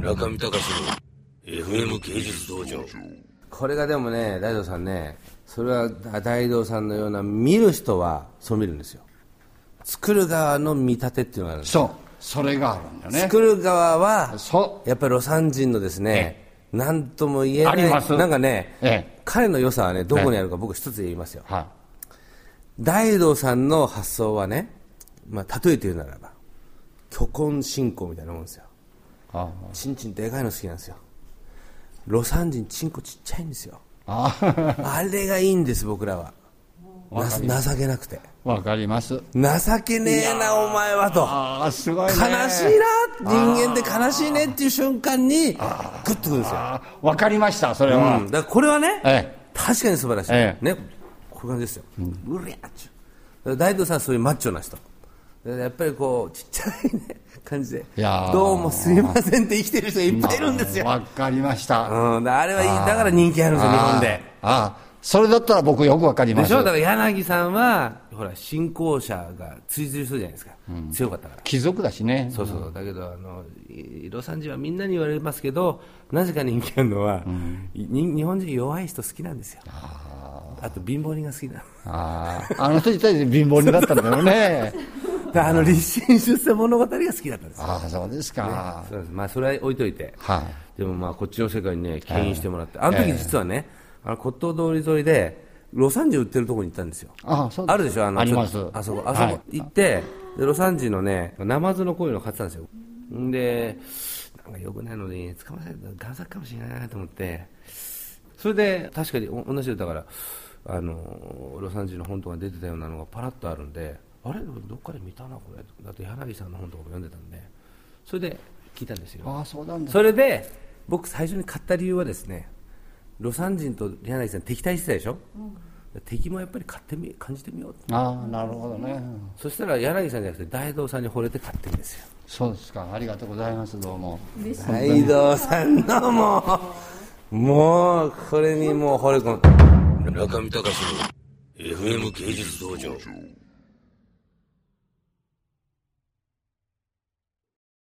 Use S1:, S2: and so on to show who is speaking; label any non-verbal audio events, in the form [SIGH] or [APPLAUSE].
S1: 中見隆の FM 芸術道場
S2: これがでもね大道さんねそれは大道さんのような見る人はそう見るんですよ作る側の見立てっていうのがあるんです
S3: そうそれがあるんだよね
S2: 作る側は
S3: そう
S2: やっぱり魯山人のですね何とも言えな
S3: ありま
S2: い
S3: す
S2: なんかね、
S3: ええ
S2: 彼の良さはねどこにあるか僕一つ言いますよ、
S3: は
S2: 大道さんの発想はね、まあ、例えて言うならば虚婚信仰みたいなもんですよ
S3: いあ
S2: チンチンでかいの好きなんですよ魯山人チンコちっちゃいんですよ
S3: あ [LAUGHS]
S2: あれがいいんです僕らはな
S3: わかりま
S2: 情けなくて
S3: わかります
S2: 情けねえなお前はと
S3: ああすごいね
S2: 悲しいな人間って悲しいねっていう瞬間にグッとくるんですよ、
S3: あわかりましたそれは、
S2: うん、だからこれはね、
S3: え
S2: 確かに素晴らしい、
S3: ええ
S2: ねこういう感じですよ、うりゃっちゅうだから大道さんはそういうマッチョな人だからやっぱりこうちっちゃい、ね、感じで
S3: いやー
S2: どうもすいませんって生きてる人がいっぱいいるんですよ、
S3: わかりました、
S2: うん、だからあれはいいだから人気あるんですよ日本で
S3: ああそれだったら僕よくわかりま
S2: ですしょだから柳さんはほら信仰者が追随するじゃないですか、強かったから
S3: 貴族だしね
S2: そうそうそうだけどあのい魯山人はみんなに言われますけどなぜか人気あるのは、に日本人弱い人好きなんですよあと貧乏人が好きな
S3: あああの人自体で貧乏人だったんだ
S2: [LAUGHS]
S3: よね
S2: のであの立身出世物語が好きだったんですよ
S3: ああそうですか、
S2: そうですまあそれは置いといて、
S3: はい
S2: でもまあこっちの世界にね牽引してもらって、あの時実はね、あの骨董通り沿いで魯山人売ってるところに行ったんですよ
S3: ああそう
S2: あるでしょあの
S3: あります
S2: ちょっとあそこあそこ、
S3: はい
S2: 行ってで魯山人のねナマズのこういうの買ってたんですよんでなんか良くないので捕まえたら贋作かもしれないなと思ってそれで確かにお同じだからあの魯山人の本とか出てたようなのがパラッとあるんであれどっかで見たなこれだって柳さんの本とかも読んでたんでそれで聞いたんですよ
S3: ああそうなんだ
S2: それで僕最初に買った理由はですね魯山人と柳さん敵対してたでしょ、敵もやっぱり買ってみ感じてみよう
S3: ああなるほどね
S2: そしたら柳さんじゃなくて大道さんに惚れて買ってるんですよ
S3: そうですかありがとうございますどうも
S2: 大道さんのもうもうこれにもう惚れ込んで
S1: 中見隆の FM 芸術道場